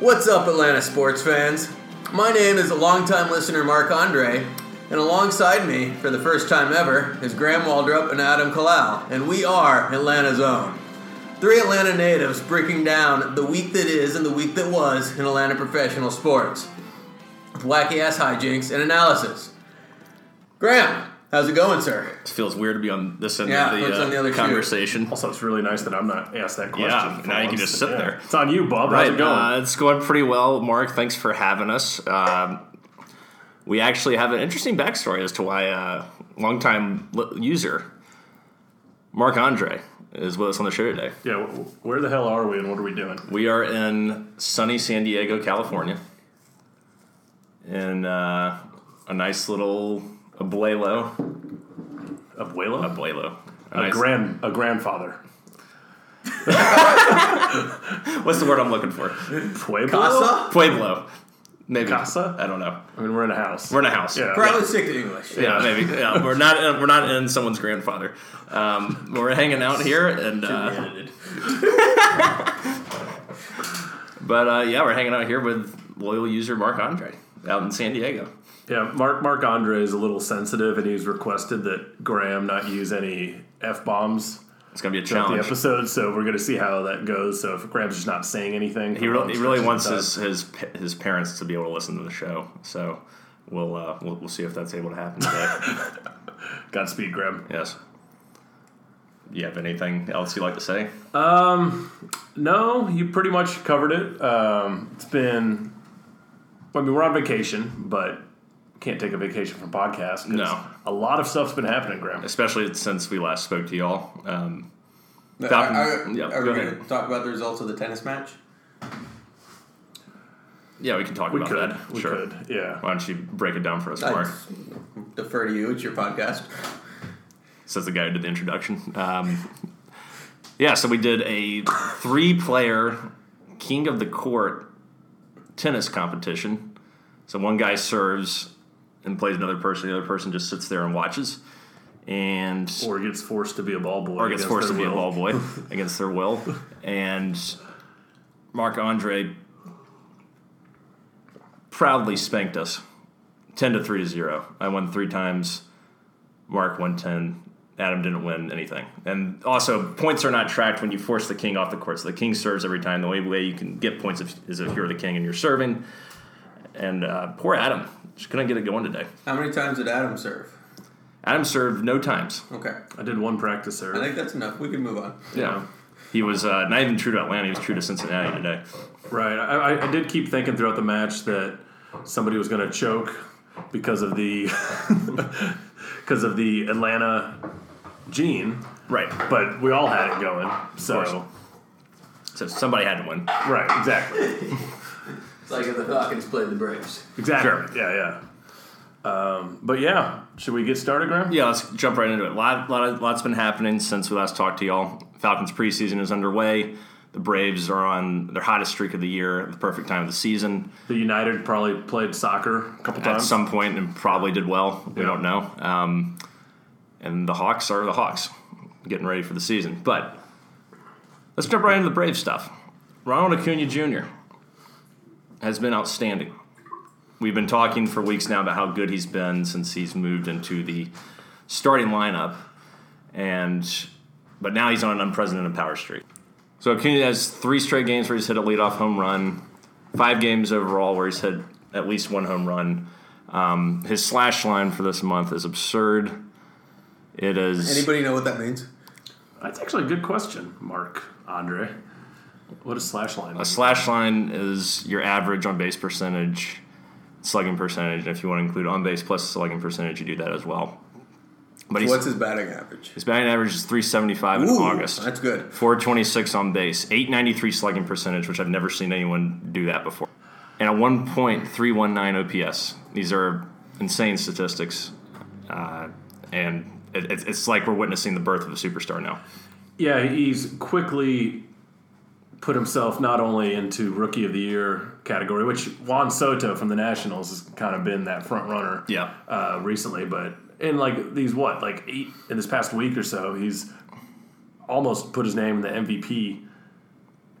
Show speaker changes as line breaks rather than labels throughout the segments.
What's up, Atlanta sports fans? My name is longtime listener Mark Andre, and alongside me, for the first time ever, is Graham Waldrop and Adam Kalal, and we are Atlanta's own. Three Atlanta natives breaking down the week that is and the week that was in Atlanta professional sports with wacky ass hijinks and analysis. Graham, how's it going, sir?
It feels weird to be on this end
Yeah,
of
it's
the, uh,
on the other shoe.
conversation.
Also, it's really nice that I'm not asked that question.
Yeah,
for
now you can
once.
just sit there.
It's on you, Bob. How's it going?
Uh, it's going pretty well, Mark. Thanks for having us. Um, we actually have an interesting backstory as to why a uh, longtime li- user, Mark Andre, is with us on the show today.
yeah, wh- wh- where the hell are we and what are we doing?
We are in sunny San Diego, California, in uh, a nice little abuelo.
Abuelo?
Abuelo. A
A,
nice-
grand, a grandfather.
what's the word I'm looking for?
Pueblo?
Casa?
Pueblo. Maybe.
Casa?
I don't know.
I mean, we're in a house.
We're in a house.
yeah.
Probably sick to English.
Yeah, maybe. Yeah, we're not uh, we're not in someone's grandfather. Um, we're hanging out here, and uh, but uh, yeah, we're hanging out here with loyal user Mark Andre out in San Diego.
yeah, Mark Mark Andre is a little sensitive and he's requested that Graham not use any F bombs
It's gonna be a
the
challenge.
episode, so we're going to see how that goes. So if Graham's just not saying anything,
He really, he really wants his, his pa- his parents to be able to listen to the show, so we'll uh, we'll, we'll see if that's able to happen today.
Godspeed, Graham.
yes. You have anything else you'd like to say?
Um, No, you pretty much covered it. Um, it's been, I mean, we're on vacation, but can't take a vacation from podcast. 'cause
No.
a lot of stuff's been happening, Graham.
Especially since we last spoke to y'all. Um,
Are,
Falcon-
are-
yeah,
are
go
we
ahead.
going to talk about the results of the tennis match?
yeah, we can talk
We
about
could,
that.
we
sure.
could, yeah.
Why don't you break it down for us,
I
Mark?
defer to you. It's your podcast.
Says the guy who did the introduction. Um, yeah, so we did a three-player king of the court tennis competition. So one guy serves and plays another person. The other person just sits there and watches, and
Or gets forced to be a ball boy.
or gets
against
forced to
their
be a
will.
ball boy against their will. And Marc Andre proudly spanked us 10 to 3 to 0. I won three times, Mark won 10. Adam didn't win anything. And also, points are not tracked when you force the king off the court. So the king serves every time. The only way you can get points if, is if you're the king and you're serving. And uh, poor Adam. Just couldn't get it going today.
How many times did Adam serve?
Adam served no times.
Okay.
I did one practice
I
there.
think that's enough. We can move on.
Yeah. He was uh, not even true to Atlanta. He was true to Cincinnati today.
Right. I, I- I did keep thinking throughout the match that somebody was going to choke because of the because of the Atlanta gene,
Right.
but we all had it going. So
So somebody had to win.
right, exactly.
It's like if the Falcons played the Braves.
Exactly.
Sure.
Yeah, yeah. Um, but yeah, should we get started, Graham?
Yeah, let's jump right into it. Lot, lot, lot's been happening since we last talked to y'all. Falcons preseason is underway. The Braves are on their hottest streak of the year, the perfect time of the season.
The United probably played soccer a couple
At
times.
some point, and probably did well. We don't know. Um, and the Hawks are the Hawks, getting ready for the season. But let's jump right into the Brave stuff. Ronald Acuna Jr. has been outstanding. We've been talking for weeks now about how good he's been since he's moved into the starting lineup, and but now he's on an unprecedented power streak. So Acuna has three straight games where he's hit a leadoff home run, five games overall where he's hit at least one home run. Um, his slash line for this month is absurd. It is
Anybody know what that means?
That's actually a good question, Mark Andre. What is slash line?
A slash line is your average on base percentage, slugging percentage, and if you want to include on base plus slugging percentage, you do that as well. But he's,
What's his batting average?
his batting average is 375 in
Ooh,
August,
That's good.
426 on base, 893 slugging percentage, which I've never seen anyone do that before, and a 1.319 OPS. These are insane statistics, uh, and it, it's- it's like we're witnessing the birth of a superstar now.
yeah, he's quickly put himself not only into rookie of the year category, which Juan Soto from the Nationals has kind of been that front runner.
Yeah.
uh, recently, but in like these what like eight in this past week or so, he's almost put his name in the MVP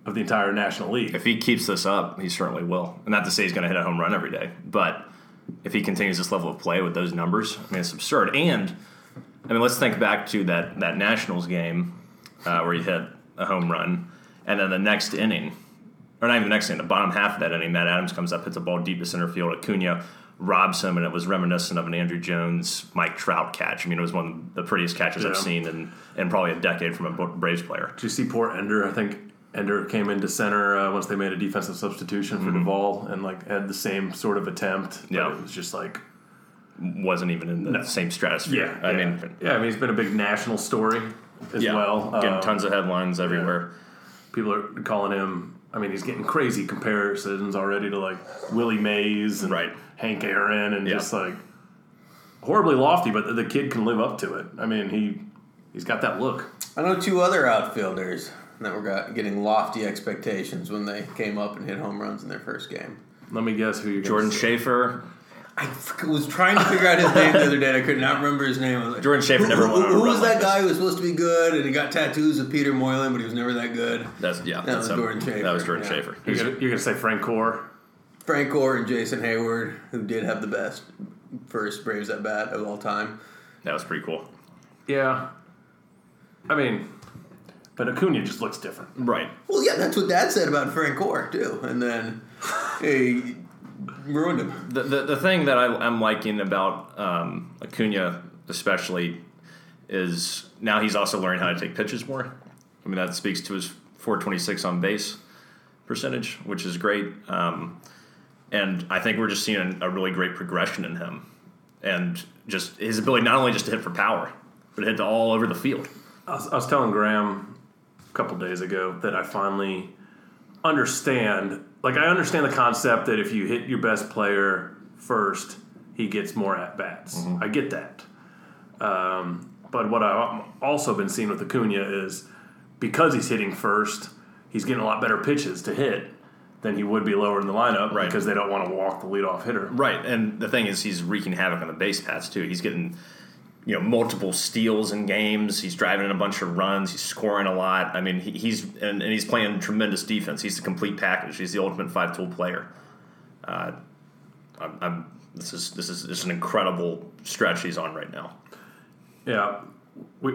of the entire National League.
If he keeps this up, he certainly will. And not to say he's going to hit a home run every day, but if he continues this level of play with those numbers, I mean, it's absurd. And I mean, let's think back to that that Nationals game uh, where he hit a home run, and then the next inning, or not even the next inning, the bottom half of that inning, Matt Adams comes up, hits a ball deep to center field. Acuna robs him, and it was reminiscent of an Andrew Jones, Mike Trout catch. I mean, it was one of the prettiest catches I've
Yeah.
seen in, in probably a decade from a Bra- Braves player.
Did you see poor Ender? I think Ender came into center uh, once they made a defensive substitution for Duvall and like had the same sort of attempt. but
Mm-hmm. Yeah.
it was just like
Wasn't even in the same stratosphere. I mean,
yeah. I mean, it's been a big national story as
yeah,
well.
getting
Um,
tons of headlines everywhere.
people are calling him. I mean, he's getting crazy comparisons already to like Willie Mays and
Right.
Hank Aaron, and
Yeah.
just like horribly lofty. But the, the kid can live up to it. I mean, he he's got that look.
I know two other outfielders that were got, getting lofty expectations when they came up and hit home runs in their first game.
Let me guess who you're gonna
Jordan
say.
Schaefer.
I f- was trying to figure out his name the other day. and I could not remember his name. I was like,
Jordan Schaefer
who,
never
who-
won on a
Who
run
was that
like
guy who was supposed to be good and he got tattoos of Peter Moylan, but he was never that good?
That's yeah.
That
that's
was
him.
Jordan Schaefer,
That was Jordan
yeah.
Schaefer.
You're
He's-
gonna, you're gonna say Frank Gore.
Frank Gore and Jason Hayward, who did have the best first Braves at bat of all time.
that was pretty cool.
Yeah, I mean, but Acuna just looks different.
Right.
Well, yeah, that's what Dad said about Frank Gore too, and then he ruined him.
The, the, the thing that I, I'm liking about um, Acuna, especially, is now he's also learning how to take pitches more. I mean, that speaks to his 426 on base percentage, which is great. Um, and I think we're just seeing a really great progression in him and just his ability not only just to hit for power, but hit to all over the field.
I was, I was telling Graham a couple days ago that I finally understand. Like, I understand the concept that if you hit your best player first, he gets more at bats.
Mm-hmm.
I get that. Um, but what I've also been seeing with Acuna is because he's hitting first, he's getting a lot better pitches to hit than he would be lower in the lineup
Right.
because they don't want to walk the leadoff hitter.
Right, and the thing is, he's wreaking havoc on the base paths too. He's getting, you know, multiple steals in games. He's driving in a bunch of runs. He's scoring a lot. I mean, he, he's and, and he's playing tremendous defense. He's the complete package. He's the ultimate five tool player. Uh, I'm, I'm this is this is this is an incredible stretch he's on right now.
Yeah, we,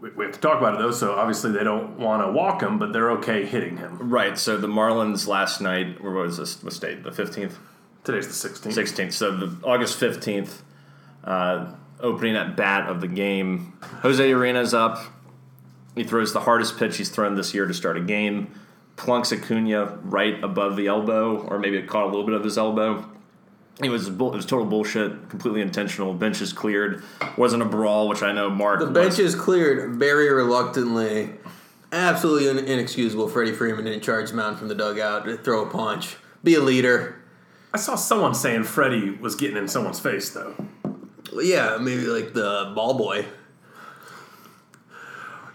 we, we have to talk about it though. So obviously they don't want to walk him, but they're okay hitting him.
Right. So the Marlins last night. Where was this? What state? The fifteenth.
Today's the 16th.
16th. So the August 15th, uh, opening at bat of the game. Jose Arena's up. He throws the hardest pitch he's thrown this year to start a game. Plunks Acuna right above the elbow, or maybe it caught a little bit of his elbow. It was bull- it was total bullshit, completely intentional. Bench is cleared. Wasn't a brawl, which I know Mark.
The
was-
bench is cleared very reluctantly. Absolutely in- inexcusable. Freddie Freeman didn't charge Mound from the dugout, throw a punch, be a leader.
I saw someone saying Freddie was getting in someone's face though.
Yeah, maybe like the ball boy.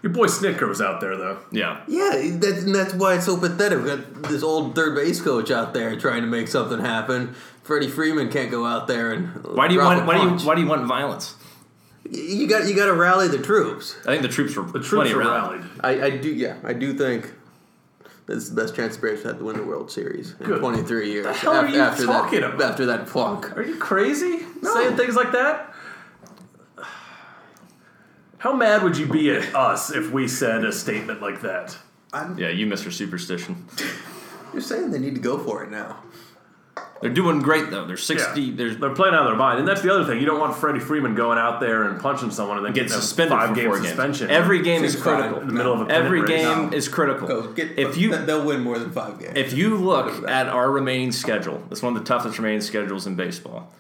Your boy Snicker was out there though.
yeah.
Yeah, that's, and that's why it's so pathetic. We've got this old third base coach out there trying to make something happen. Freddie Freeman can't go out there and
Why do you
drop a
want? Why do you?
punch.
Why do you want violence?
you got you got to rally the troops.
I think the troops were
The
plenty
troops were
around.
rallied.
I, I do, yeah, I do think that's the best chance the Braves had to win the World Series in
Good.
23 years.
The hell are
af-
you
after
talking
that,
about?
After that plunk.
Are you crazy?
No.
Saying things like that? How mad would you be at us if we said a statement like that?
I'm,
Yeah, you, Mister Superstition.
You're saying they need to go for it now.
They're doing great though. They're sixty.
Yeah.
They're
They're playing out of their mind, and that's the other thing. You don't want Freddie Freeman going out there and punching someone and then
get
getting a
suspended
five
for
game
four
suspension.
games. Every game is
Seems fine.
critical.
in the middle of a pennant
Every
race.
game
No.
is critical.
Go get.
if you
th- they'll win more than five games.
if you look
that.
at our remaining schedule, it's one of the toughest remaining schedules in baseball.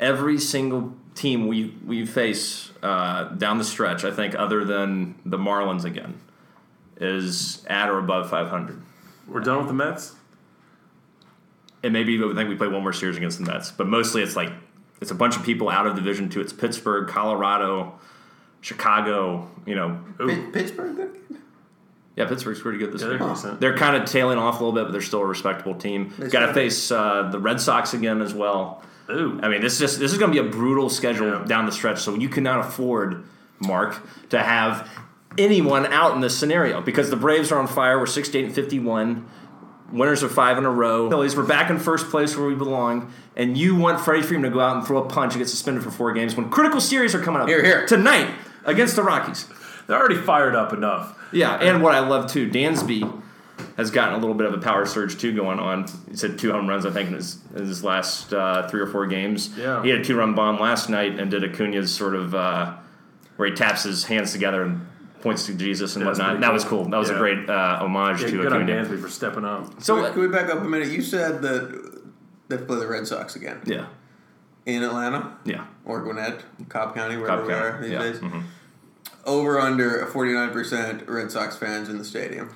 Every single team we we face uh, down the stretch, I think, other than the Marlins again, is at or above 500.
We're done with the Mets.
and maybe I think we play one more series against the Mets, but mostly it's like it's a bunch of people out of division two. It's Pittsburgh, Colorado, Chicago. You know,
Pit- Pittsburgh, good game.
yeah, Pittsburgh's pretty good this
Yeah,
year.
they're decent.
They're kind of tailing off a little bit, but they're still a respectable team.
They
Got to
still-
face uh, the Red Sox again as well.
Ooh.
I mean, this just this is going to be a brutal schedule
Yeah.
down the stretch. So you cannot afford, Mark, to have anyone out in this scenario because the Braves are on fire. We're 68 and 51. Winners are five in a row. Phillies, we're back in first place where we belong. And you want Freddie Freeman to go out and throw a punch and get suspended for four games when critical series are coming up
Here, here.
tonight against the Rockies.
They're already fired up enough.
Yeah, and what I love too, Dansby has gotten a little bit of a power surge too going on. He's had two home runs, I think, in his, in his last uh, three or four games.
Yeah.
He had a two run bomb last night and did Acuna's sort of uh, where he taps his hands together and points to Jesus and
Yeah, that's
whatnot.
pretty
That
cool.
was cool. That was a
Yeah.
great uh, homage
Yeah,
to
good on
Acuna.
Dansby for stepping up.
So
So,
can we back up a minute? You said that they play the Red Sox again
yeah,
in Atlanta
yeah.
or Gwinnett, Cobb County, wherever
Cobb
we
County,
are these
yeah,
days. Over under forty nine percent Red Sox fans in the stadium.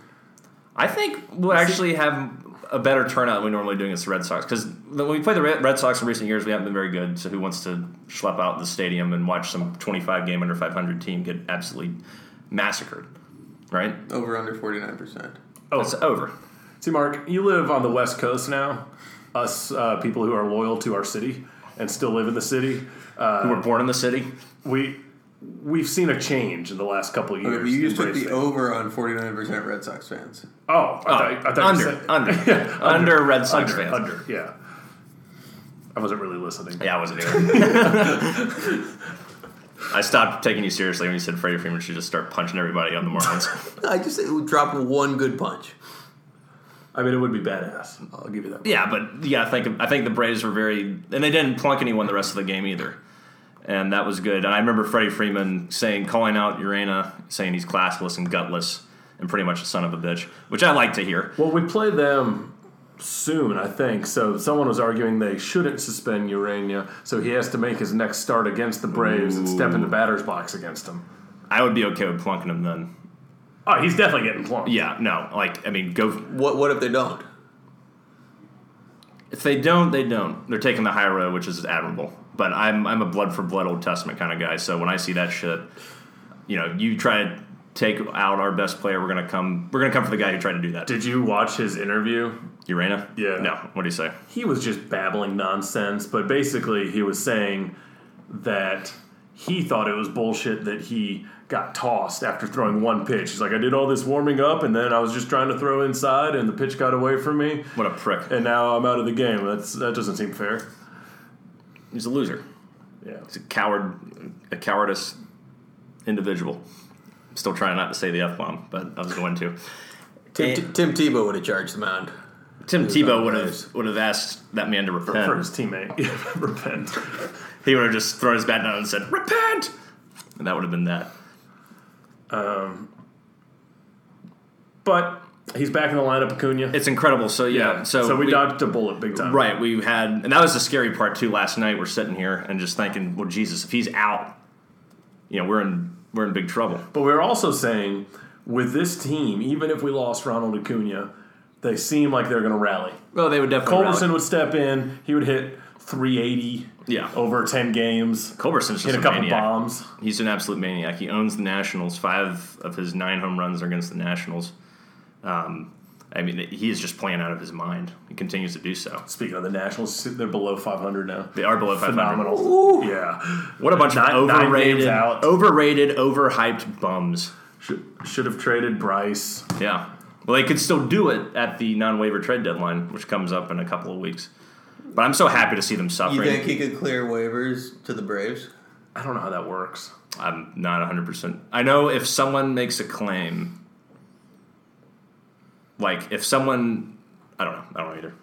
I think we'll actually have a better turnout than we normally do against the Red Sox because when we play the Red Red Sox in recent years, we haven't been very good. So who wants to schlep out the stadium and watch some 25 game under 500 team get absolutely massacred? Right?
Over under forty nine percent.
Oh, it's over.
See, Mark, you live on the West Coast now. Us uh, people who are loyal to our city and still live in the city, Uh,
We were born in the city.
we we've seen a change in the last couple of years.
You just
in
took
Braves
the
fans.
over on forty nine percent Red Sox fans.
oh, I thought, I thought you
under,
said,
under, under, Red Sox
under,
fans.
under, yeah. I wasn't really listening.
Yeah, I wasn't either. I stopped taking you seriously when you said Freddie Freeman should just start punching everybody on the Marlins.
I just said it would drop one good punch.
I mean, it would be badass. I'll give you that.
yeah, but yeah, I think I think the Braves were very, and they didn't plunk anyone the rest of the game either, and that was good. And I remember Freddie Freeman saying, calling out Urana, saying he's classless and gutless and pretty much a son of a bitch, which I like to hear.
Well, we play them soon, I think. So someone was arguing they shouldn't suspend Urania, so he has to make his next start against the Braves and step in the batter's box against them.
I would be okay with plunking him then.
Oh, he's definitely getting plumped.
Yeah, no, like I mean, go
What what if they don't?
if they don't, they don't. They're taking the high road, which is admirable. But I'm I'm a blood for blood Old Testament kind of guy. So when I see that shit, you know, you try to take out our best player, we're gonna come we're gonna come for the guy who tried to do that.
Did you watch his interview?
Urana?
Yeah.
No. What do you say?
He was just babbling nonsense, but basically he was saying that he thought it was bullshit that he got tossed after throwing one pitch. He's like, I did all this warming up, and then I was just trying to throw inside, and the pitch got away from me,
What a prick.
and now I'm out of the game. That's that doesn't seem fair.
He's a loser.
Yeah.
He's a coward, a cowardice individual. Still trying not to say the f bomb, but I was going to.
Tim, Tim Tebow would have charged the mound.
Tim
was on
Tebow
the
would
Braves.
have would have asked that man to repent.
for his teammate. Yeah, repent.
He would have just thrown his bat down and said, "Repent," and that would have been that.
But he's back in the lineup, Acuna.
It's incredible. So yeah, so,
we, dodged a bullet big time.
Right, we had, and that was the scary part too. Last night, we're sitting here and just thinking, "Well, Jesus, if he's out, you know, we're in we're in big trouble."
But we are also saying with this team, even if we lost Ronald Acuna, they seem like they're going to rally.
Well, they would definitely.
Culberson would step in. He would hit 380
Yeah.
over 10 games,
Culberson's just
hit a couple
maniac.
bombs.
He's an absolute maniac. He owns the Nationals. Five of his nine home runs are against the Nationals. Um, I mean, he is just playing out of his mind. He continues to do so.
Speaking of the Nationals, they're below 500 now.
They are below 500.
Phenomenal. Yeah.
What a bunch
Nine-
of
nine games
overrated,
out.
overrated, overhyped bums.
Should, should have traded Bryce.
Yeah. Well, they could still do it at the non-waiver trade deadline, which comes up in a couple of weeks. But I'm so happy to see them
You
suffering.
think he could clear waivers to the Braves?
I don't know how that works.
I'm not 100. percent I know if someone makes a claim, like if someone, I don't know, I don't know either.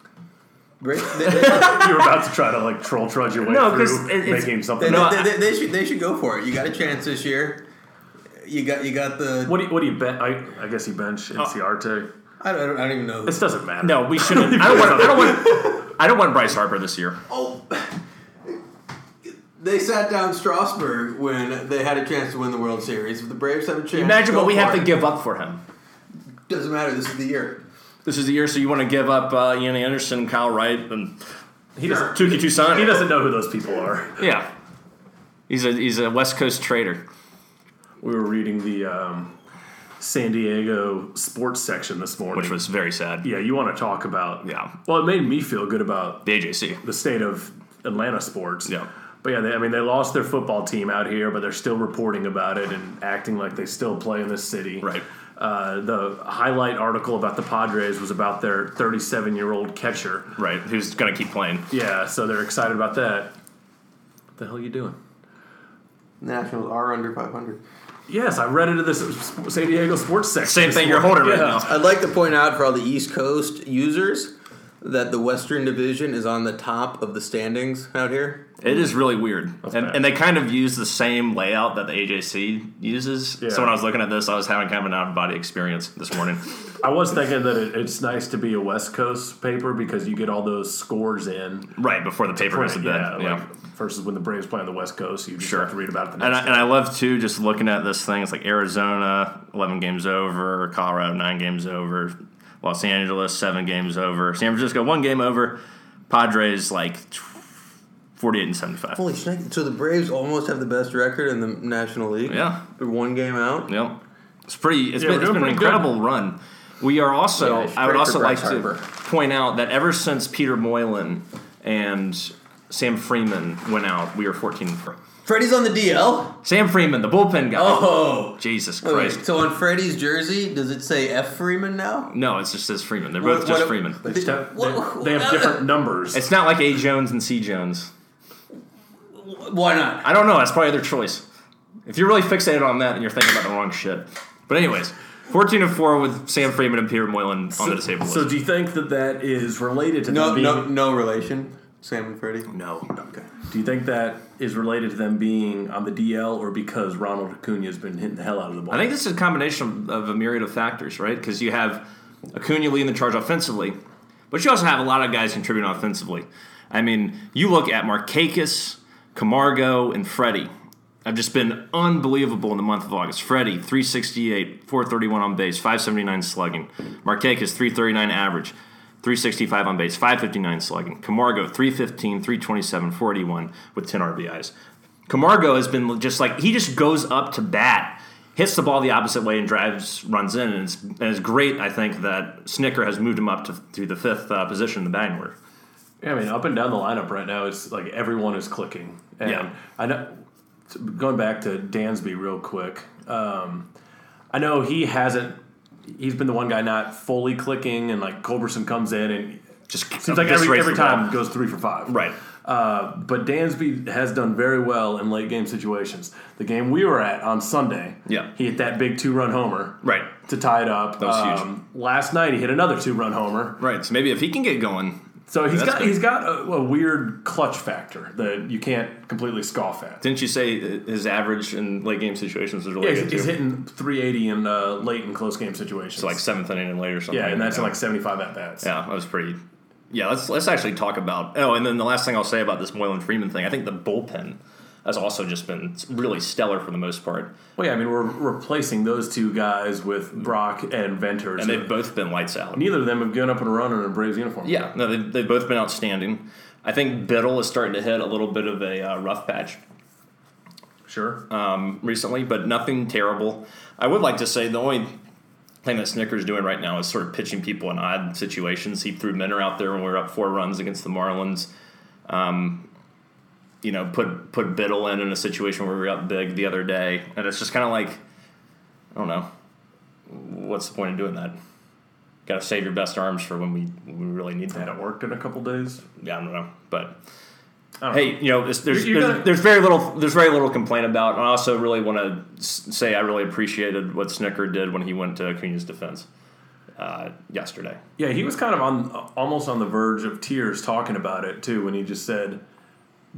Braves they, they,
you were about to try to like troll trudge your way
No, 'cause
through
it- it's-
making
they,
something.
No,
up.
they- they- they should they should go for it. You got a chance this year. You got you got the
What do you, what do you bet? I, I guess you bench Inciarte.
I don't, I don't even know. Who.
This doesn't matter.
Oh. No, we shouldn't. I don't want. I don't want. I don't want Bryce Harper this year.
Oh, they sat down Strasburg when they had a chance to win the World Series. If the Braves have a chance,
Imagine
go
what we
for
have to
it.
give up for him.
Doesn't matter. This is the year.
This is the year, so you want to give up uh, Ian Anderson, Kyle Wright, and
he doesn't.
Tuki Toussaint.
He doesn't know who those people are.
Yeah, he's a he's a West Coast trader.
We were reading the um, San Diego sports section this morning.
which was very sad.
yeah, you want to talk about?
Yeah.
Well, it made me feel good about
The AJC.
the state of Atlanta sports.
Yeah.
But yeah, they, I mean, they lost their football team out here, but they're still reporting about it and acting like they still play in this city.
Right.
Uh, the highlight article about the Padres was about their 37 year old catcher.
Right. Who's going to keep playing?
Yeah, so they're excited about that. What the hell are you doing?
Nationals are under 500.
Yes, I read it in the S- San Diego sports section.
Same
this
thing you're
morning.
holding right
Yeah.
now.
I'd like to point out for all the East Coast users that the Western Division is on the top of the standings out here.
It is really weird. And,
bad.
and they kind of use the same layout that the AJC uses.
Yeah.
So when I was looking at this, I was having kind of an out of body experience this morning.
I was thinking that it, it's nice to be a West Coast paper because you get all those scores in.
right before the paper goes to bed.
yeah,
Yeah.
Like, versus when the Braves play on the West Coast, you just
Sure.
have to read about it the
and,
next
I, and I love, too, just looking at this thing. It's like Arizona, 11 games over, Colorado, 9 games over, Los Angeles, 7 games over, San Francisco, 1 game over, Padres, like 48 and 75.
Holy shit. So the Braves almost have the best record in the National League.
Yeah.
They're one game out.
Yep. It's pretty. It's
Yeah,
been,
we're
it's
doing
been an
pretty good.
incredible run. We are also.
Yeah, it's
I would
great for
also like
Bryce
to
Harper.
point out that ever since Peter Moylan and Sam Freeman went out, we are 14 and four.
Freddie's on the DL.
Sam Freeman, the bullpen guy.
Oh.
Jesus
Wait, wait,
Christ!
so on Freddie's jersey, does it say F Freeman now?
No, it's just says Freeman. They're
What-
both just
what-
Freeman.
what-
They, have,
what-
they, they have different numbers.
It's not like A Jones and C Jones.
Why not?
I don't know. That's probably their choice. If you're really fixated on that and you're thinking about the wrong shit. But anyways, 14 and four with Sam Freeman and Peter Moylan on the disabled
so
list.
do you think that that is related to
No,
them being?
no, no relation. Sam and Freddie.
No.
Okay.
Do you think that is related to them being on the DL, or because Ronald Acuna has been hitting the hell out of the ball?
I think this is a combination of, of a myriad of factors, right? Because you have Acuna leading the charge offensively, but you also have a lot of guys contributing offensively. I mean, you look at Markakis, Camargo, and Freddie. I've just been unbelievable in the month of August. Freddie, 368, 431 on base, 579 slugging. Markakis, 339 average, 365 on base, 559 slugging. Camargo, 315, 327, 481 with 10 RBIs. Camargo has been just like he just goes up to bat, hits the ball the opposite way, and drives runs in, and it's, and it's great. I think that Snicker has moved him up to, to the fifth uh, position in the batting order.
Yeah, I mean, up and down the lineup right now, it's like everyone is clicking. And
Yeah.
I know. Going back to Dansby real quick, um, I know he hasn't. He's been the one guy not fully clicking, and like Culberson comes in and
Just
seems like every,
eviscerates
every
the ball.
time goes three for five.
right?
Uh, but Dansby has done very well in late game situations. The game we were at on Sunday,
Yeah.
he hit that big two run homer,
Right.
to tie it up. That
was huge.
huge. Last night he hit another two run homer.
Right. So maybe if he can get going,
So he's
That's
got
big.
he's got a, a weird clutch factor that you can't completely scoff at.
didn't you say his average in late game situations is really
Yeah,
good
he's,
too?
he's hitting 380 in uh, late and close game situations.
So, like seventh inning and later or something.
yeah, and that's in like 75 at bats.
Yeah, that was pretty. Yeah, let's let's actually talk about. Oh, and then the last thing I'll say about this Moylan Freeman thing, I think the bullpen has also just been really stellar for the most part,
Well, yeah, I mean we're replacing those two guys with Brock and Venters.
and they've both been lights out.
neither of them have given up and run in a Braves uniform.
Yeah, no, they've, they've both been outstanding. I think Biddle is starting to hit a little bit of a uh, rough patch
sure.
um, recently, but nothing terrible. I would like to say the only thing that Snicker's doing right now is sort of pitching people in odd situations. He threw Minner out there when we were up four runs against the Marlins. Um, you know, put put Biddle in in a situation where we were up big the other day, and it's just kind of like, I don't know, what's the point of doing that? Got to save your best arms for when we when we really need them.
and it worked in a couple days.
yeah, I don't know, but
I don't know.
hey, you know, there's there's,
You- you
there's,
gotta-
there's very little there's very little complaint about. And I also really want to say I really appreciated what Snicker did when he went to Acuna's defense uh, yesterday.
yeah, he was kind of on almost on the verge of tears talking about it too when he just said,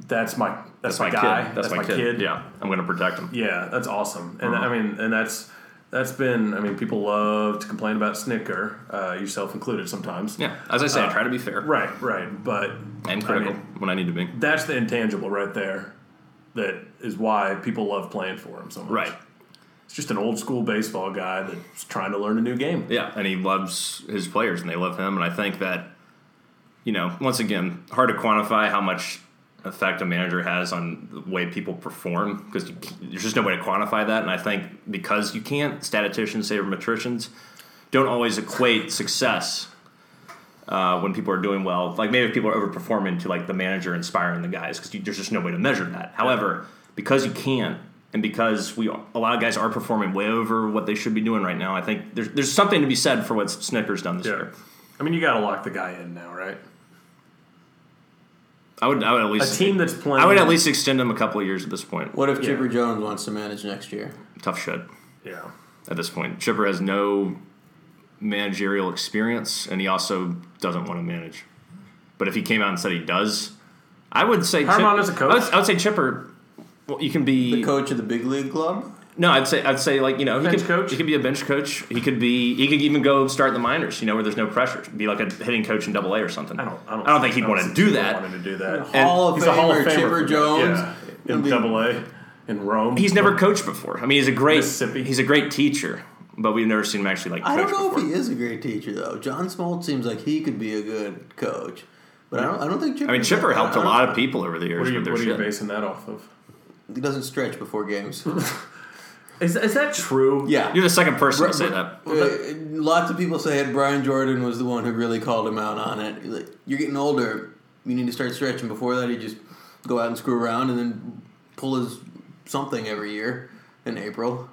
"That's my that's, my, guy,
That's, my, kid. Yeah, I'm going to protect him.
Yeah, that's awesome. And
Uh-huh.
I mean, and that's that's been. I mean, people love to complain about Snicker, uh, yourself included, sometimes.
Yeah, as I say, I try to be fair
Right, right. But
and critical
I mean,
when I need to be.
that's the intangible right there. That is why people love playing for him so much.
Right.
It's just an old school baseball guy that's trying to learn a new game.
Yeah, and he loves his players, and they love him. And I think that, you know, once again, hard to quantify how much effect a manager has on the way people perform because you, c- there's just no way to quantify that. And I think because you can't, statisticians, sabermetricians don't always equate success uh, when people are doing well. Like maybe if people are overperforming to like the manager inspiring the guys because there's just no way to measure that. However, because you can't, and because we a lot of guys are performing way over what they should be doing right now, I think there's there's something to be said for what Snickers done this
Yeah.
year.
I mean, you got to lock the guy in now, right?
I would I would at
A
least
team that's playing.
I would at least extend him a couple of years at this point.
What if
Yeah.
Chipper Jones wants to manage next year?
Tough shit
Yeah.
at this point. Chipper has no managerial experience, and he also doesn't want to manage. But if he came out and said he does, I would say
Hire him on as a coach?
I would, I would say Chipper. Well, you can be
The coach of the big league club?
No, I'd say I'd say like you know he
Bench
could
coach?
He could be a bench coach. He could be he could even go start in the minors. You know where there's no pressure. Be like a hitting coach in Double A or something.
I don't. I don't,
think he'd
I
want to
think
do
he'd
that.
Wanted to do that.
And
Hall of
He's a Hall of
Famer
Famer.
Chipper
for-
Jones.
Yeah. In
Be-
Double A, in Rome.
He's never coached before. I mean, he's a great
Mississippi.
he's a great teacher, but we've never seen him actually like.
I
coach
don't know
before.
if he is a great teacher though. John Smoltz seems like he could be a good coach, but I don't. I don't think Chipper.
I mean, Chipper helped a lot of people over the years
What are you,
with their
what are you
shit.
basing that off of?
He doesn't stretch before games.
Is, is that true?
yeah,
You're the second person to
Right,
say
but-
that.
Uh, lots of people say it. Brian Jordan was the one who really called him out on it. Like, you're getting older. You need to start stretching. Before that, he just go out and screw around and then pull his something every year in April.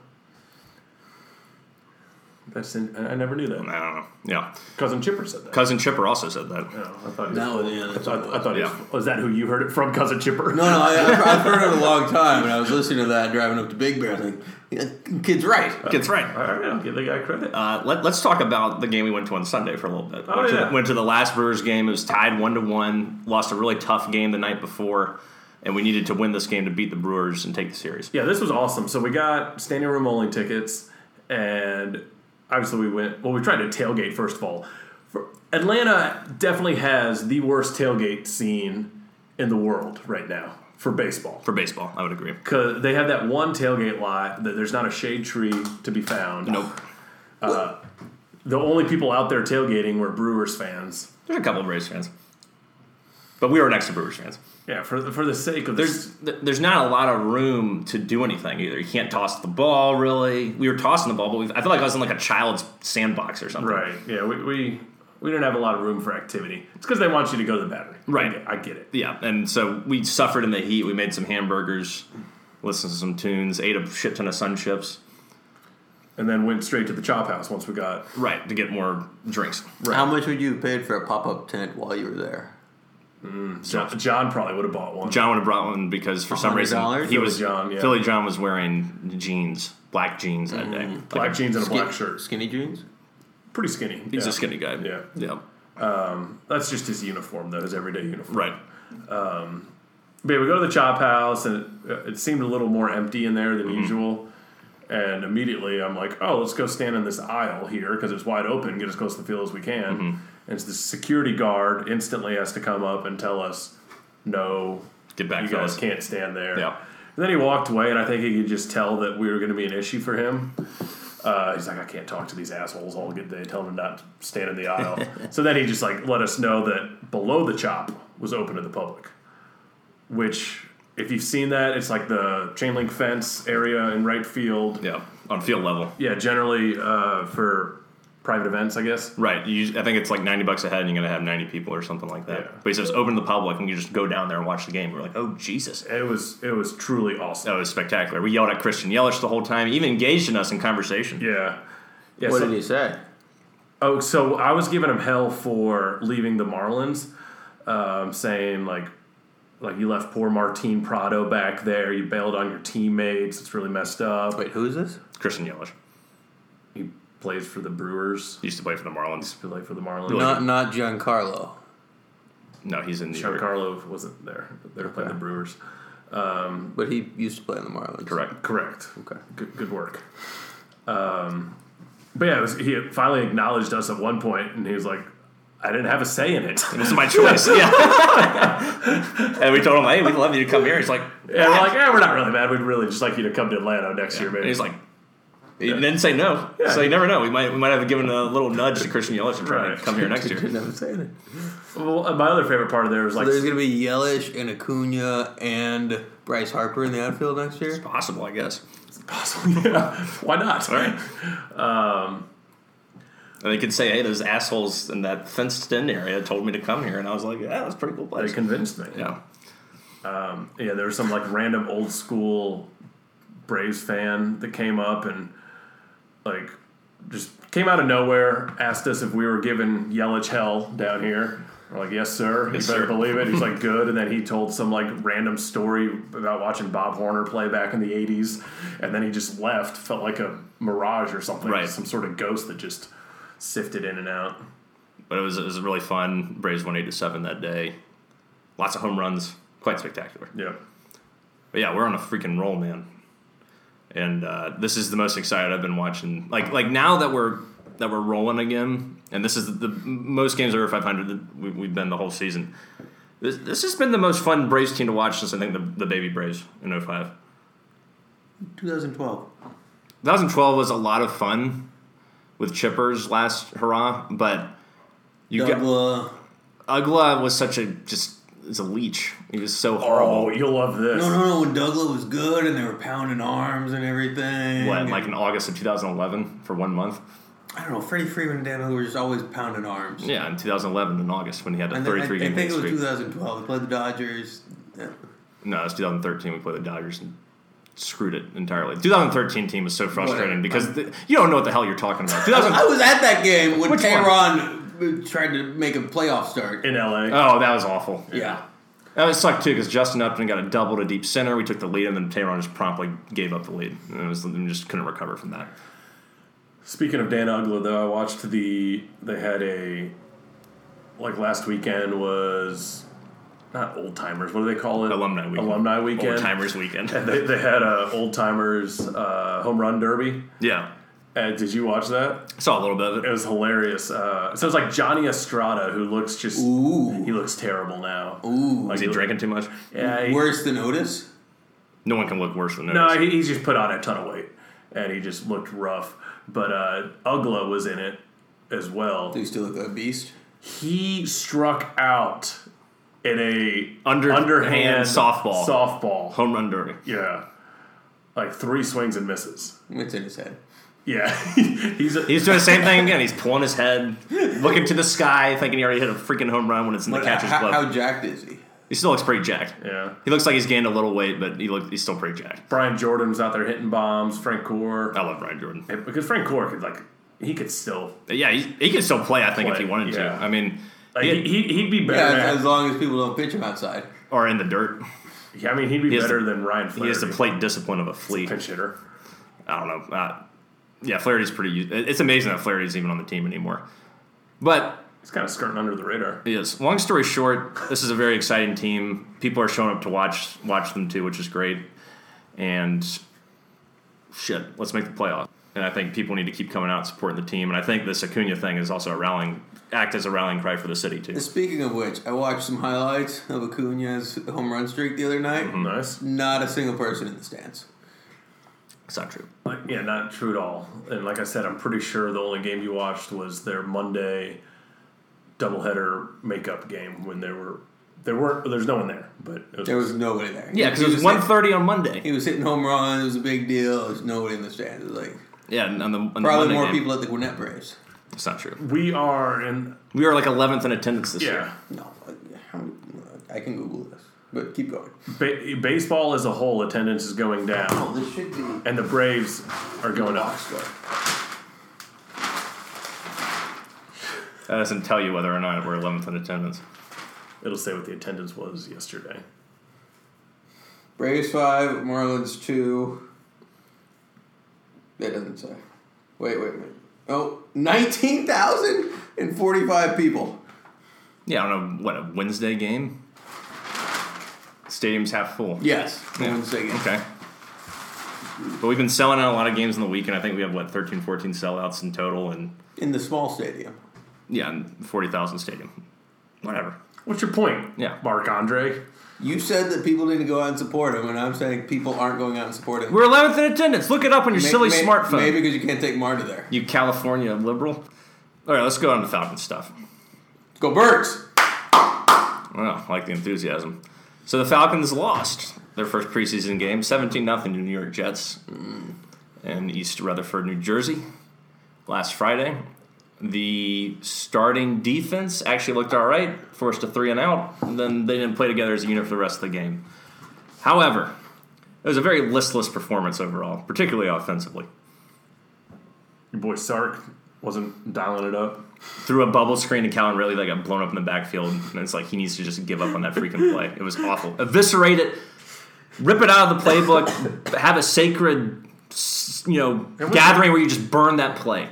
That's in, I I never knew
I
that.
don't know. Yeah,
Cousin Chipper said that.
cousin Chipper also said that.
No, I thought he
That was- yeah,
I
that's
thought,
what it
I thought he
was.
was, was that who you heard it from, Cousin Chipper?
No, no, I, I've, I've heard it a long time, and I was listening to that driving up to Big Bear. I was like, yeah, kid's right.
That's right.
All right, I'll give the guy credit.
Uh, let, us talk about the game we went to on Sunday for a little bit.
Oh,
went, to
yeah.
the, went to the last Brewers game. It was tied one to one. Lost a really tough game the night before, and we needed to win this game to beat the Brewers and take the series.
yeah, this was awesome. So we got standing room only tickets, and obviously we went. Well, we tried to tailgate first of all. For, Atlanta definitely has the worst tailgate scene in the world right now for baseball.
For baseball, I would agree.
Cause they have that one tailgate lot that there's not a shade tree to be found.
Nope.
The only people out there tailgating were Brewers fans.
There's a couple of Braves fans, but we were next to Brewers fans.
Yeah, for the, for the sake of
There's th- there's not a lot of room to do anything either. You can't toss the ball really. We were tossing the ball, but we I feel like I was in like a child's sandbox or something.
Right. Yeah. We we, we didn't have a lot of room for activity. It's because they want you to go to the battery.
Right.
I get, I get it.
Yeah, and so we suffered in the heat. We made some hamburgers, listened to some tunes, ate a shit ton of sun chips.
And then went straight to the chop house once we got.
Right, to get more drinks.
How much would you have paid for a pop up tent while you were there?
John, John probably would have bought one.
John would have brought one because for some reason
$100?
he
Philly
was
John, yeah. Mm-hmm.
Philly John was wearing jeans, black jeans that day. Like,
black jeans and a black
Skin-
shirt.
Skinny jeans?
Pretty skinny.
He's
yeah.
a skinny guy.
Yeah.
yeah,
That's just his uniform though, his everyday uniform.
right.
But yeah, we go to the chop house and it, it seemed a little more empty in there than
Mm-hmm.
usual. And immediately I'm like, oh, let's go stand in this aisle here because it's wide open, get as close to the field as we can.
Mm-hmm.
And it's the security guard instantly has to come up and tell us, no,
Get back,
you
fellas.
guys can't stand there.
Yeah.
And then he walked away, and I think he could just tell that we were going to be an issue for him. Uh, he's like, I can't talk to these assholes all good day. Tell them to not stand in the aisle. so then he just like let us know that below the chop was open to the public. Which, if you've seen that, it's like the chain link fence area in right field.
Yeah, on field level.
Yeah, generally uh, for private events, I guess.
Right. You, I think it's like ninety bucks a head, and you're gonna have ninety people or something like that.
Yeah.
But he says open to the public, and you just go down there and watch the game. We're like, oh Jesus,
It was it was truly awesome.
that was spectacular. We yelled at Christian Yelich the whole time. He even engaged in us in conversation.
Yeah. Yeah,
What
so-
did he say?
Oh, so I was giving him hell for leaving the Marlins, um, saying like, like you left poor Martin Prado back there. You bailed on your teammates. It's really messed up.
Wait, who is this?
Christian Yelich
He plays for the Brewers.
he used to play for the Marlins.
He played for the Marlins.
Not not Giancarlo.
No, he's in New York.
Giancarlo wasn't there. They were playing the Brewers.
But he used to play in the Marlins.
Correct.
Correct.
Okay.
Good, good work. Um, but yeah, it was, he finally acknowledged us at one point, and he was like, "I didn't have a say in it."
This is my choice. yeah. and we told him, hey, we'd love you to come here. He's like,
yeah, we're like, "Yeah, we're not really mad. We'd really just like you to come to Atlanta next year,
and
maybe."
he's like, he didn't say no. So you never know. We might we might have given a little nudge to Christian Yelich and try
Right.
to come here next year.
Didn't have a say in it.
Well, uh, my other favorite part of there was like
There's going to be Yelich and Acuna and Bryce Harper in the outfield next year.
Possible, I guess.
possibly, yeah. Why not?
All right. And they could say, hey, those assholes in that fenced in area told me to come here. And I was like, yeah, that's a pretty cool
They
place.
convinced me.
yeah.
Yeah, there was some like random old school Braves fan that came up and like just came out of nowhere, asked us if we were giving Yelich hell down here. We're like, yes, sir.
Yes,
you better
sir."
believe it. He's like, good. And then he told some like random story about watching Bob Horner play back in the 80s. And then he just left. Felt like a mirage or something.
Right.
Some sort of ghost that just sifted in and out.
But it was, it was really fun. Braves won 8 to 7 that day. Lots of home runs. Quite spectacular.
Yeah.
But yeah, we're on a freaking roll, man. And uh, this is the most excited I've been watching. Like like now that we're that we're rolling again, and this is the, the most games over 500 that we, we've been the whole season. This, this has been the most fun Braves team to watch since I think the, the baby Braves in 05.
2012.
2012 was a lot of fun with Chipper's last hurrah, but you got
Douglas.
Ugla was such a just is a leech. He was so
Oh,
horrible.
you'll love this.
No, no, no. When Douglas was good and they were pounding arms and everything.
what like in August of 2011 for one month?
I don't know. Freddie Freeman and Dan Hook were just always pounding arms.
Yeah, in 2011 in August when he had a
And then I, I
33 game
think
win
it was
streak.
2012. They played the Dodgers. Yeah.
No, it's 2013. We played the Dodgers and screwed it entirely. 2013 team was so
Whatever.
frustrating because the, you don't know what the hell you're talking about.
I
2000,
was at that game when
Which one?
Tehran tried to make a playoff start.
In LA.
oh, that was awful.
yeah.
That was sucked too because Justin Upton got a double to deep center. We took the lead and then Tehran just promptly gave up the lead. And it was and just couldn't recover from that.
Speaking of Dan Ugla, though, I watched the they had a like last weekend was not old timers. What do they call it?
Alumni weekend.
Alumni weekend.
Timers weekend.
And they, they had a old timers uh, home run derby.
yeah.
And did you watch that?
Saw a little bit of
It
it.
was hilarious. Uh, so it's like Johnny Estrada, who looks just
Ooh.
he looks terrible now.
Ooh.
Was he drinking too much?
Yeah, he-
Worse than Otis?
No one can look worse than
No,
that.
he, he's just put on a ton of weight, and he just looked rough. But uh, Ugla was in it as well.
Do you still look like a beast?
he struck out in a
Under-
underhand
hand softball.
Softball.
Home run derby.
Yeah. Like three swings and misses.
It's in his head.
Yeah. he's a,
He's doing the same thing again. He's pulling his head, looking to the sky, thinking he already hit a freaking home run when it's in the
But
catcher's
how,
glove.
how jacked is he?
He still looks pretty jacked.
yeah.
He looks like he's gained a little weight, but he look, he's still pretty jacked.
Brian Jordan's out there hitting bombs, Frank Core.
I love Brian Jordan.
Because Frank Core could like he could still
But yeah, he, he could still play, I think, if he
Play,
wanted
yeah.
to. I mean,
like,
he-
he, he, he'd be
Yeah,
better
as, as
than,
long as people don't pitch him outside.
or in the dirt.
I mean he'd be
has
better
the-
than Ryan
He
Flaherty.
has the plate discipline of a flea.
pinch hitter.
I don't know. Uh, yeah, Flaherty's pretty. u- it- It's amazing that Flaherty's even on the team anymore. But
He's kind of skirting under the radar.
Yes. Long story short, this is a very exciting team. People are showing up to watch watch them too, which is great. And shit, let's make the playoff. And I think people need to keep coming out and supporting the team. And I think this Acuna thing is also a rallying act as a rallying cry for the city too.
Speaking of which, I watched some highlights of Acuna's home run streak the other night.
Mm-hmm.
Nice.
Not a single person in the stands.
It's not true.
Like, yeah, not true at all. And like I said, I'm pretty sure the only game you watched was their Monday doubleheader makeup game when there were there weren't there's no one there, but it was,
There was nobody there.
Yeah,
He
because it was one
hitting-
thirty on Monday.
He was hitting home runs. It was a big deal. There was nobody in the stands. It was like
Yeah, and on the on the
probably
Monday
more
game.
people at the Gwinnett Braves.
It's not true.
we are in
We were like eleventh in attendance this year.
yeah.
No, how, I can Google this, but keep going.
Ba- baseball as a whole attendance is going down,
this should be
and the Braves are going up.
That doesn't tell you whether or not we're eleventh in attendance.
It'll say what the attendance was yesterday.
Braves five, Marlins two. That doesn't say. Wait, wait, wait. Oh, 19,045 people.
Yeah, on a what a Wednesday game. Stadium's half full.
Yes. Wednesday game.
Okay. But we've been selling out a lot of games in the week, and I think we have, what, 13, 14 sellouts in total, and
In the small stadium.
yeah, and 40,000 stadium. Whatever.
What's your point?
Yeah.
Mark Andre.
You said that people didn't go out and support him, and I'm saying people aren't going out and supporting him.
We're 11th in attendance. Look it up on your silly smartphone.
Maybe because you can't take Marta there.
You California liberal. All right, let's go on to Falcon stuff.
Go Birds!
Well, I like the enthusiasm. So the Falcons lost their first preseason game, 17 0 to New York Jets in East Rutherford, New Jersey, last Friday. The starting defense actually looked all right, forced a three and out, and then they didn't play together as a unit for the rest of the game. However, it was a very listless performance overall, particularly offensively.
Your boy Sark wasn't dialing it up.
Threw a bubble screen to Callan Ridley that got blown up in the backfield, and it's like he needs to just give up on that freaking play. It was awful. Eviscerate it, rip it out of the playbook, have a sacred, s- you know, gathering where you just burn that play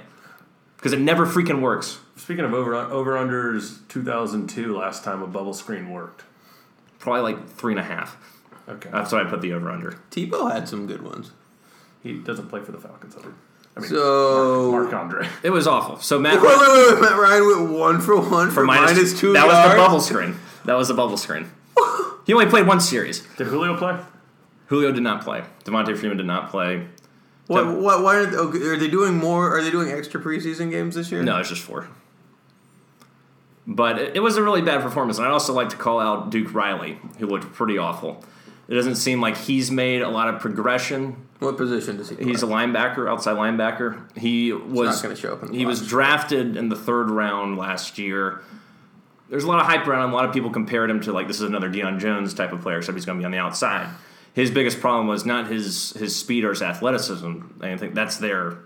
because it never freaking works.
Speaking of over over unders, 2002 last time a bubble screen worked.
Probably like three and a half.
Okay,
That's why I put the over under.
Tebow had some good ones.
he doesn't play for the Falcons ever. I mean,
So
Mark Andre.
It was awful. So Matt.
Wait, wait, wait, wait, Matt Ryan went one for one for, minus, minus two
That was the
yards.
bubble screen. That was the bubble screen. he only played one series.
Did Julio play?
Julio did not play. Devontae Freeman did not play.
What, what, why are they, okay, are they doing more? Are they doing extra preseason games this year?
No, it's just four. But it, it was a really bad performance, and I'd also like to call out Duke Riley, who looked pretty awful. It doesn't seem like he's made a lot of progression.
What position does he play?
He's a linebacker, outside linebacker. He was
not gonna show up in the
he was
box.
drafted in the third round last year. There's a lot of hype around him. A lot of people compared him to like this is another Deion Jones type of player, except he's going to be on the outside. His biggest problem was not his his speed or his athleticism. I think that's there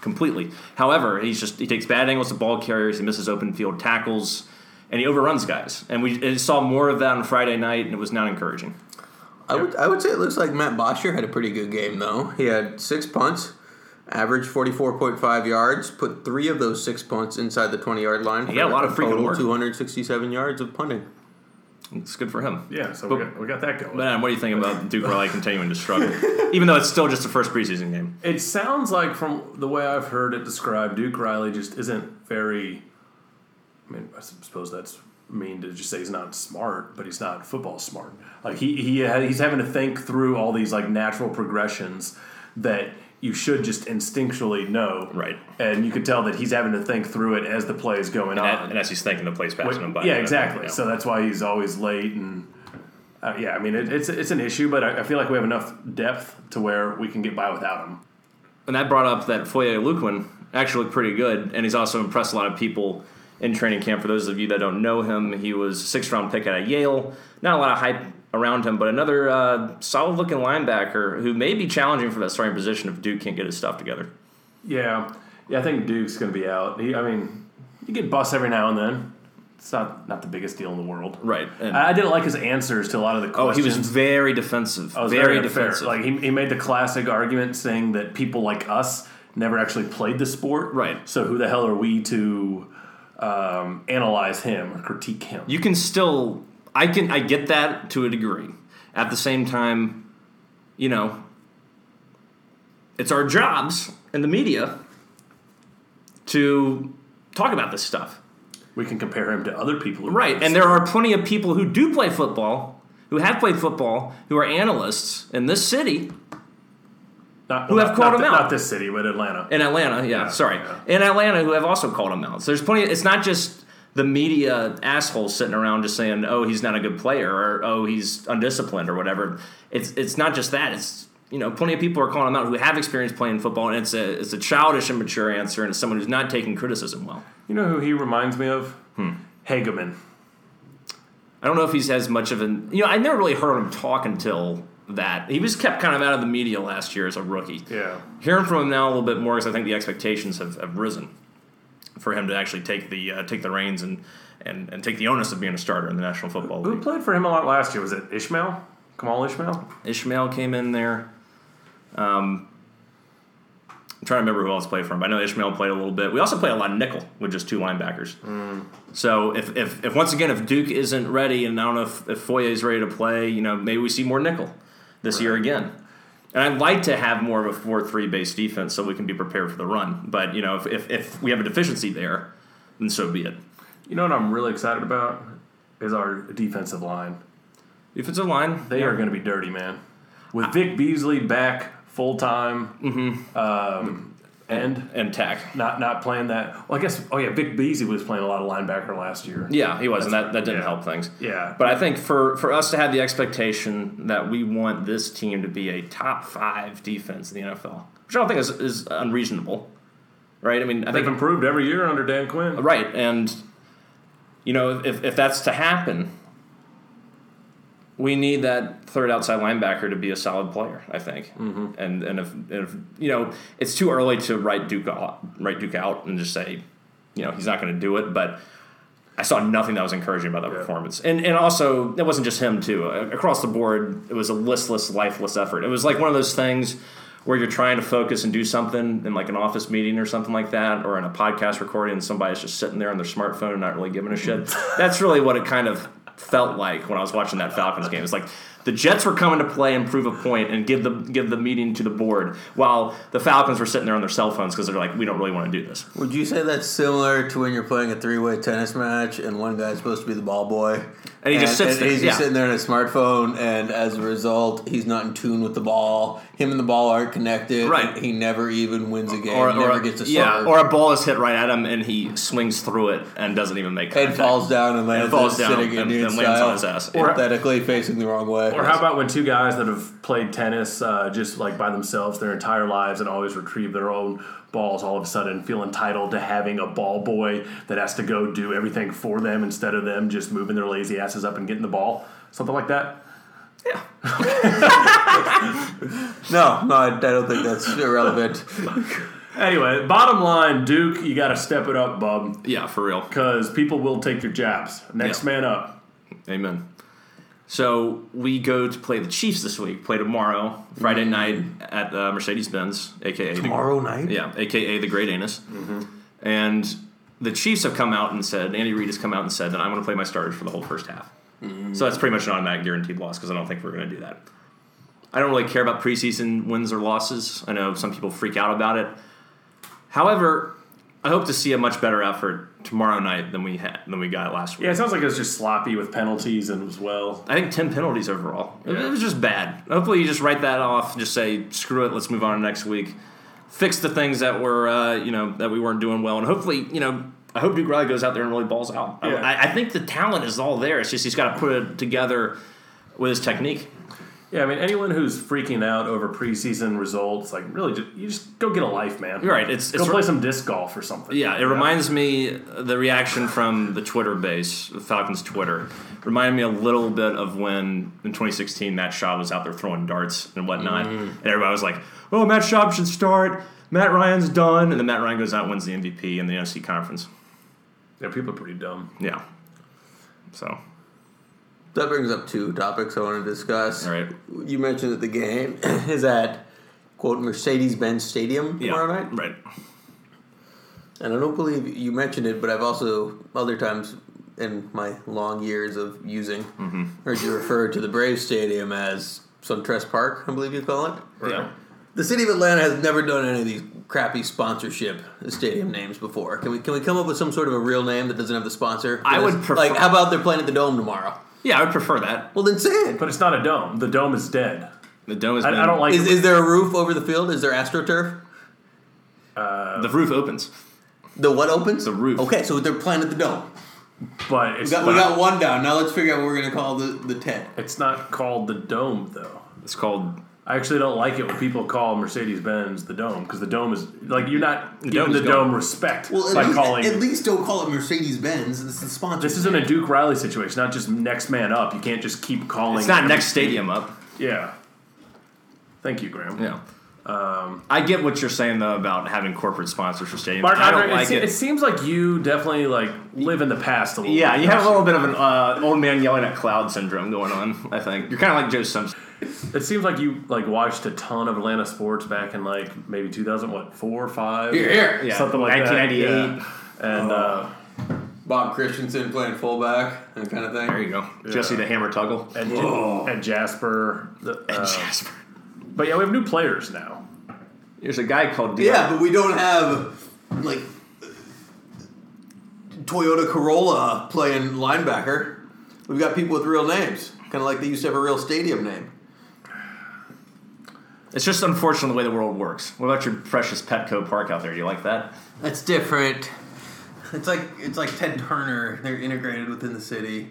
completely. However, he's just he takes bad angles to ball carriers, he misses open field tackles, and he overruns guys. And we and saw more of that on Friday night, and it was not encouraging.
I would, I would say it looks like Matt Bosher had a pretty good game, though. He had six punts, averaged 44.5 yards, put three of those six punts inside the 20 yard line.
He got
for
a lot of freaking
total
work.
267 yards of punting.
It's good for him.
Yeah, so we got, we got that going.
Man, what do you think about Duke Riley continuing to struggle, even though it's still just the first preseason game?
It sounds like, from the way I've heard it described, Duke Riley just isn't very. I mean, I suppose that's mean to just say he's not smart, but he's not football smart. Like he he ha- he's having to think through all these like natural progressions that you should just instinctually know,
Right.
And you could tell that he's having to think through it as the play is going
And,
on.
that, and as he's thinking the plays passing him by.
Uh, yeah,
you know,
exactly.
you know.
So that's why he's always late and. Uh, yeah, I mean it, it's it's an issue, but I, I feel like we have enough depth to where we can get by without him.
and that brought up that Foye Luquin actually looked pretty good, and he's also impressed a lot of people in training camp. For those of you that don't know him, he was a sixth round pick out of Yale. Not a lot of hype around him, but another uh, solid looking linebacker who may be challenging for that starting position if Duke can't get his stuff together.
Yeah, yeah. I think Duke's going to be out. He, I mean, you get bust every now and then. It's not not the biggest deal in the world.
Right. And,
I I didn't like his answers to a lot of the
oh, he
questions.
was very defensive.
I was
very,
unfair.
defensive.
Like he, he made the classic argument saying that people like us never actually played the sport.
Right.
So who the hell are we to um, analyze him or critique him?
you can still i can i get that to a degree at the same time you know it's our jobs in the media to talk about this stuff
we can compare him to other people. Who
right and there are plenty of people who do play football who have played football who are analysts in this city
not,
who have
not-
called
not
him
th-
out.
Not this city, but Atlanta.
in Atlanta, yeah, sorry,
yeah.
in Atlanta, who have also called him out. So there's plenty. It's not just the media assholes sitting around just saying, "Oh, he's not a good player," or "Oh, he's undisciplined," or whatever. It's it's not just that. It's you know, plenty of people are calling him out who have experience playing football, and it's a it's a childish, immature answer, and it's someone who's not taking criticism well.
You know who he reminds me of?
Hmm.
Hageman.
I don't know if he's as much of an you know. I never really heard him talk until that. He was kept kind of out of the media last year as a rookie.
Yeah.
hearing from him now a little bit more because I think the expectations have, have risen for him to actually take the uh, take the reins and, and and take the onus of being a starter in the National Football
Who
League.
played for him a lot last year? Was it Ishmael? Kamal Ishmael?
Ishmael came in there. Um, I'm trying to remember who else played for him. But I know Ishmael played a little bit. We also play a lot of nickel with just two linebackers. So if, if, if once again if Duke isn't ready and I don't know if, if Foye is ready to play, you know maybe we see more nickel this year again. And I'd like to have more of a four three based defense so we can be prepared for the run. But you know if, if, if we have a deficiency there, then so be it.
You know what I'm really excited about is our defensive line.
Defensive line,
They are going to be dirty, man. With Vic Beasley back full time,
Mm-hmm.
um, and
and tack.
not not playing that. Well, I guess. Oh yeah, Vic Beasley was playing a lot of linebacker last year.
Yeah, he was, and that, that didn't
yeah.
help things.
Yeah.
But I think for, for us to have the expectation that we want this team to be a top five defense in the NFL, which I don't think is, is unreasonable, right? I mean, I
They've
think
improved every year under Dan Quinn.
Right, and you know, if if that's to happen, we need that third outside linebacker to be a solid player. I think, mm-hmm. and and if, if you know, it's too early to write Duke out, write Duke out and just say, you know, he's not going to do it, but. I saw nothing that was encouraging about that
Yeah.
performance, and and also it wasn't just him too. A- Across the board, it was a listless, lifeless effort. It was like one of those things where you're trying to focus and do something in like an office meeting or something like that, or in a podcast recording, and somebody's just sitting there on their smartphone and not really giving a shit. That's really what it kind of felt like when I was watching that Falcons game. It's like the Jets were coming to play and prove a point and give the give the meeting to the board, while the Falcons were sitting there on their cell phones because they're like, we don't really want to do this.
Would you say that's similar to when you're playing a three-way tennis match and one guy's supposed to be the ball boy,
And he just sits there,
he's
yeah.
just sitting there on his smartphone, and as a result, he's not in tune with the ball. Him and the ball aren't connected.
Right.
He never even wins a game. never gets a
yeah,
serve.
or a ball is hit right at him and he swings through it and doesn't even make
head
contact.
falls down and lands
and falls
up,
down
sitting in
and-
Indian
and lands on
style,
his ass. Or-
pathetically facing the wrong way.
Or how about when two guys that have played tennis uh, just like by themselves their entire lives and always retrieve their own balls all of a sudden feel entitled to having a ball boy that has to go do everything for them instead of them just moving their lazy asses up and getting the ball? Something like that?
no, no, I, I don't think that's irrelevant.
Anyway, bottom line, Duke, you got to step it up, bub,
Yeah, for real.
because people will take your jabs. Next
Yeah.
man up.
Amen. So we go to play the Chiefs this week. Play tomorrow, Friday night at uh, Mercedes Benz, aka the-
Mm-hmm. Tomorrow night. Mm-hmm.
yeah, aka the Great Anus. And the Chiefs have come out and said Andy Reid has come out and said that I'm going to play my starters for the whole first half.
Mm-hmm.
So that's pretty much an automatic guaranteed loss because I don't think we're going to do that. I don't really care about preseason wins or losses. I know some people freak out about it. However, I hope to see a much better effort tomorrow night than we had than we got last week.
Yeah, it sounds like it was just sloppy with penalties and as well.
I think ten penalties overall. It- It was just bad. Hopefully, you just write that off. Just say screw it. Let's move on to next week. Fix the things that were uh, you know that we weren't doing well, and hopefully you know I hope Duke Riley goes out there and really balls out. I-
Yeah.
I, I think the talent is all there. It's just he's got to put it together with his technique.
Yeah, I mean, anyone who's freaking out over preseason results, like, really, just, you just go get a life, man.
You're right. It's
Go
it's
play some disc golf or something.
Yeah, it reminds me the reaction from the Twitter base, the Falcons Twitter, reminded me a little bit of when in 2016 Matt Schaub was out there throwing darts and whatnot,
Mm-hmm.
and everybody was like, "Oh, Matt Schaub should start. Matt Ryan's done," and then Matt Ryan goes out, and wins the MVP in the NFC conference.
Yeah, people are pretty dumb.
Yeah. So,
That brings up two topics I want to discuss.
all right.
You mentioned that the game is at quote Mercedes Benz Stadium
Yeah.
tomorrow night,
Right.
and I don't believe you mentioned it, but I've also other times in my long years of using
Mm-hmm.
heard you refer to the Braves Stadium as SunTrust Park, I believe you call it.
Yeah.
The city of Atlanta has never done any of these crappy sponsorship stadium names before. Can we can we come up with some sort of a real name that doesn't have the sponsor? for
I
this?
would prefer-
like. How about they're playing at the Dome tomorrow?
Yeah, I would prefer that.
Well, then say it.
But it's not a dome. The dome is dead.
The dome is.
I, I don't like
Is, is there a roof over the field? Is there astroturf?
the roof opens.
The what opens?
The roof.
Okay, so they're playing at the Dome.
but it's
We got,
not,
we got one down. Now let's figure out what we're gonna call the the tent.
it's not called the dome though.
It's called.
I actually don't like it when people call Mercedes Benz the dome because the dome is like you're not giving
dome is
the
gone.
dome respect
Well, at,
by
least,
calling.
at least don't call it Mercedes Benz. This is the sponsor.
this isn't a Duke Riley situation. Not just next man up. You can't just keep calling.
It's not
every-
next stadium up.
Yeah. Thank you, Graham.
Yeah. Um, I get what you're saying though about having corporate sponsors for stadiums.
Mark,
I don't
Andre, it,
like
se-
it.
it seems like you definitely like live in the past a little.
Yeah,
bit.
you have a little bit of an uh, old man yelling at cloud syndrome going on. I think you're kind of like Joe Simpson.
It seems like you like watched a ton of Atlanta sports back in like maybe 2000 what four or five
here, here.
Yeah,
something like
1998.
that. Yeah. And uh,
Bob Christensen playing fullback, that kind of thing.
There you go, Jesse the Hammer Tuggle
and,
Whoa.
and Jasper, the,
and
uh,
Jasper.
but yeah, we have new players now.
There's a guy called D-
Yeah, but we don't have like Toyota Corolla playing linebacker. We've got people with real names, kind of like they used to have a real stadium name.
It's just unfortunate the way the world works. What about your precious Petco Park out there? Do you like that?
That's different. It's like it's like Ted Turner. They're integrated within the city.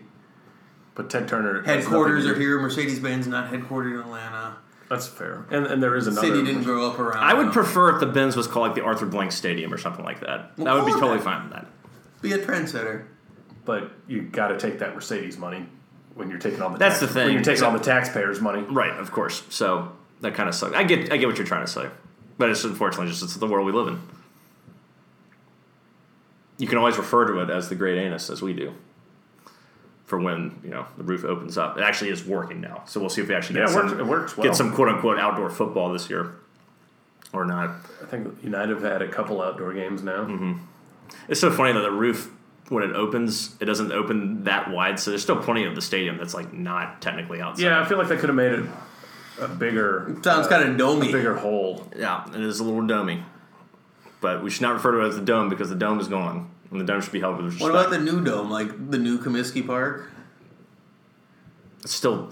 But Ted Turner has
Headquarters
nothing
are
to do-
here. Mercedes Benz not headquartered in Atlanta.
That's fair. And and there is another.
City didn't grow up around.
I would
them.
prefer if the Benz was called like the Arthur Blank Stadium or something like that.
Well,
that would be
call it
totally
that.
fine with that.
be a trendsetter.
But you got to take that Mercedes money when you're taking all the.
That's the
When
thing.
you're taking all the taxpayers' money.
Right, of course. So that kind of sucks. I get, I get what you're trying to say, but it's unfortunately just it's the world we live in. You can always refer to it as the Great Anus, as we do, for when you know the roof opens up. It actually is working now, so we'll see if we actually
Yeah,
get
it
some
works- it works well.
get some quote unquote outdoor football this year, or not.
I think United have had a couple outdoor games now.
It's so funny that the roof when it opens, it doesn't open that wide, so there's still plenty of the stadium that's like not technically outside.
Yeah, I feel like they could have made it a bigger.
Sounds
uh,
kind of
a
domey.
bigger hole.
Yeah, it is a little domey. But we should not refer to it as the dome because the dome is gone. And the dome should be held with respect.
What about the new dome, like the new Comiskey Park?
It's still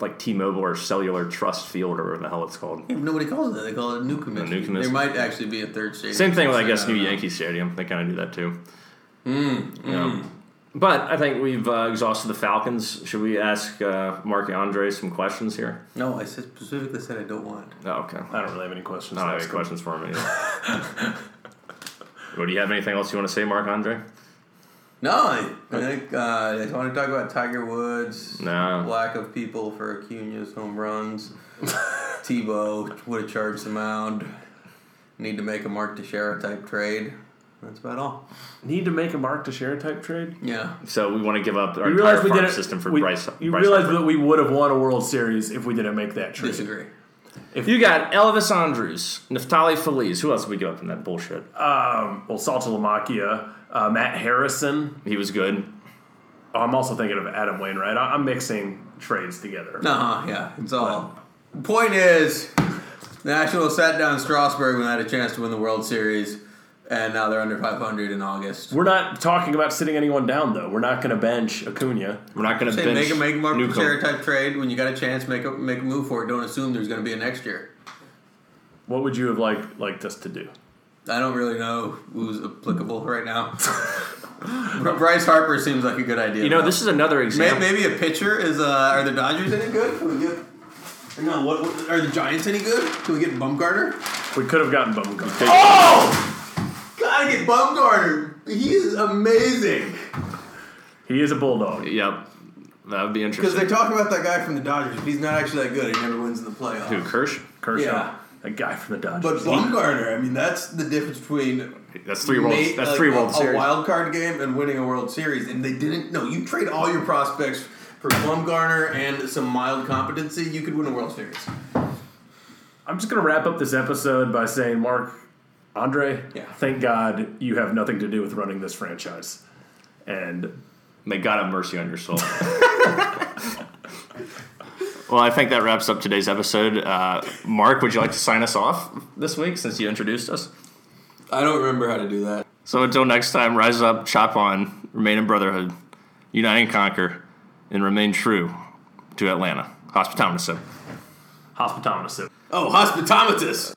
like T Mobile or Cellular Trust Field or whatever the hell it's called.
Nobody calls it that. They call it new Comiskey.
new Comiskey.
There might actually be a third stadium.
Same thing with, I
So,
guess, New
don't know.
Yankee Stadium. They kind of do that too. Mm, But I think we've uh, exhausted the Falcons. Should we ask uh, Mark Andre some questions here?
No, I said- specifically said I don't want.
Oh, okay.
I don't really have any questions.
I don't have any
That's
questions for him either. well, do you have anything else you want to say, Mark Andre?
No, I, I think uh, I just want to talk about Tiger Woods.
No.
Lack of people for Acuna's home runs. Tebow would have charged the mound. Need to make a Mark DeShera type trade. That's about all.
cool. Need to make a Mark to share type trade.
Yeah.
So we want to give up our
You
entire
realize we
farm
didn't.
system for
we,
Bryce.
you
Bryce
realize
Harper.
that we would have won a World Series if we didn't make that trade.
Disagree.
You got Elvis Andrews, Naftali Feliz. Who else did we give up in that bullshit?
Um, Well, Saltalamacchia, uh, Matt Harrison.
He was good.
Oh, I'm also thinking of Adam Wainwright. I, I'm mixing trades together.
Nah, yeah. It's all. Point is, the Nationals sat down Strasburg when they had a chance to win the World Series, and now they're under 500 in August.
We're not talking about sitting anyone down, though. We're not going to bench Acuna.
We're not going to
Say,
bench
make a make a Mark
Newcomb.
DeShera type trade when you got a chance. Make a make a move for it. Don't assume there's going to be a next year.
What would you have liked liked us to do?
I don't really know who's applicable right now. Bryce Harper seems like a good idea.
You know, this is another
May,
example.
maybe a pitcher is. Uh, are the Dodgers any good? Can we get? or No, what, what are the Giants any good? Can we get Bumgarner?
We could have gotten Bumgarner.
Oh, gotta get Bumgarner. He is amazing.
He is a bulldog.
Yep. That would be
Because
interesting.
they talk about that guy from the Dodgers, but he's not actually that good. He never wins in the playoffs.
Who, Kirsch?
Kershaw,
Yeah.
a guy from the
But
Dodgers.
Bumgarner, I mean, that's the difference between
That's three World,
Nate,
that's
like,
three
a,
World
a
Series.
wild card game and winning a World Series, and they didn't. No, you trade all your prospects for Bumgarner and some mild competency, you could win a World Series.
I'm just going to wrap up this episode by saying, Mark, Andre,
Yeah.
thank God you have nothing to do with running this franchise. And
May God have mercy on your soul. well, I think that wraps up today's episode. Uh, Mark, would you like to sign us off this week since you introduced us?
I don't remember how to do that.
So until next time, rise up, chop on, remain in brotherhood, unite and conquer, and remain true to Atlanta. Hospitometer.
hospitometer.
Oh, hospitometist.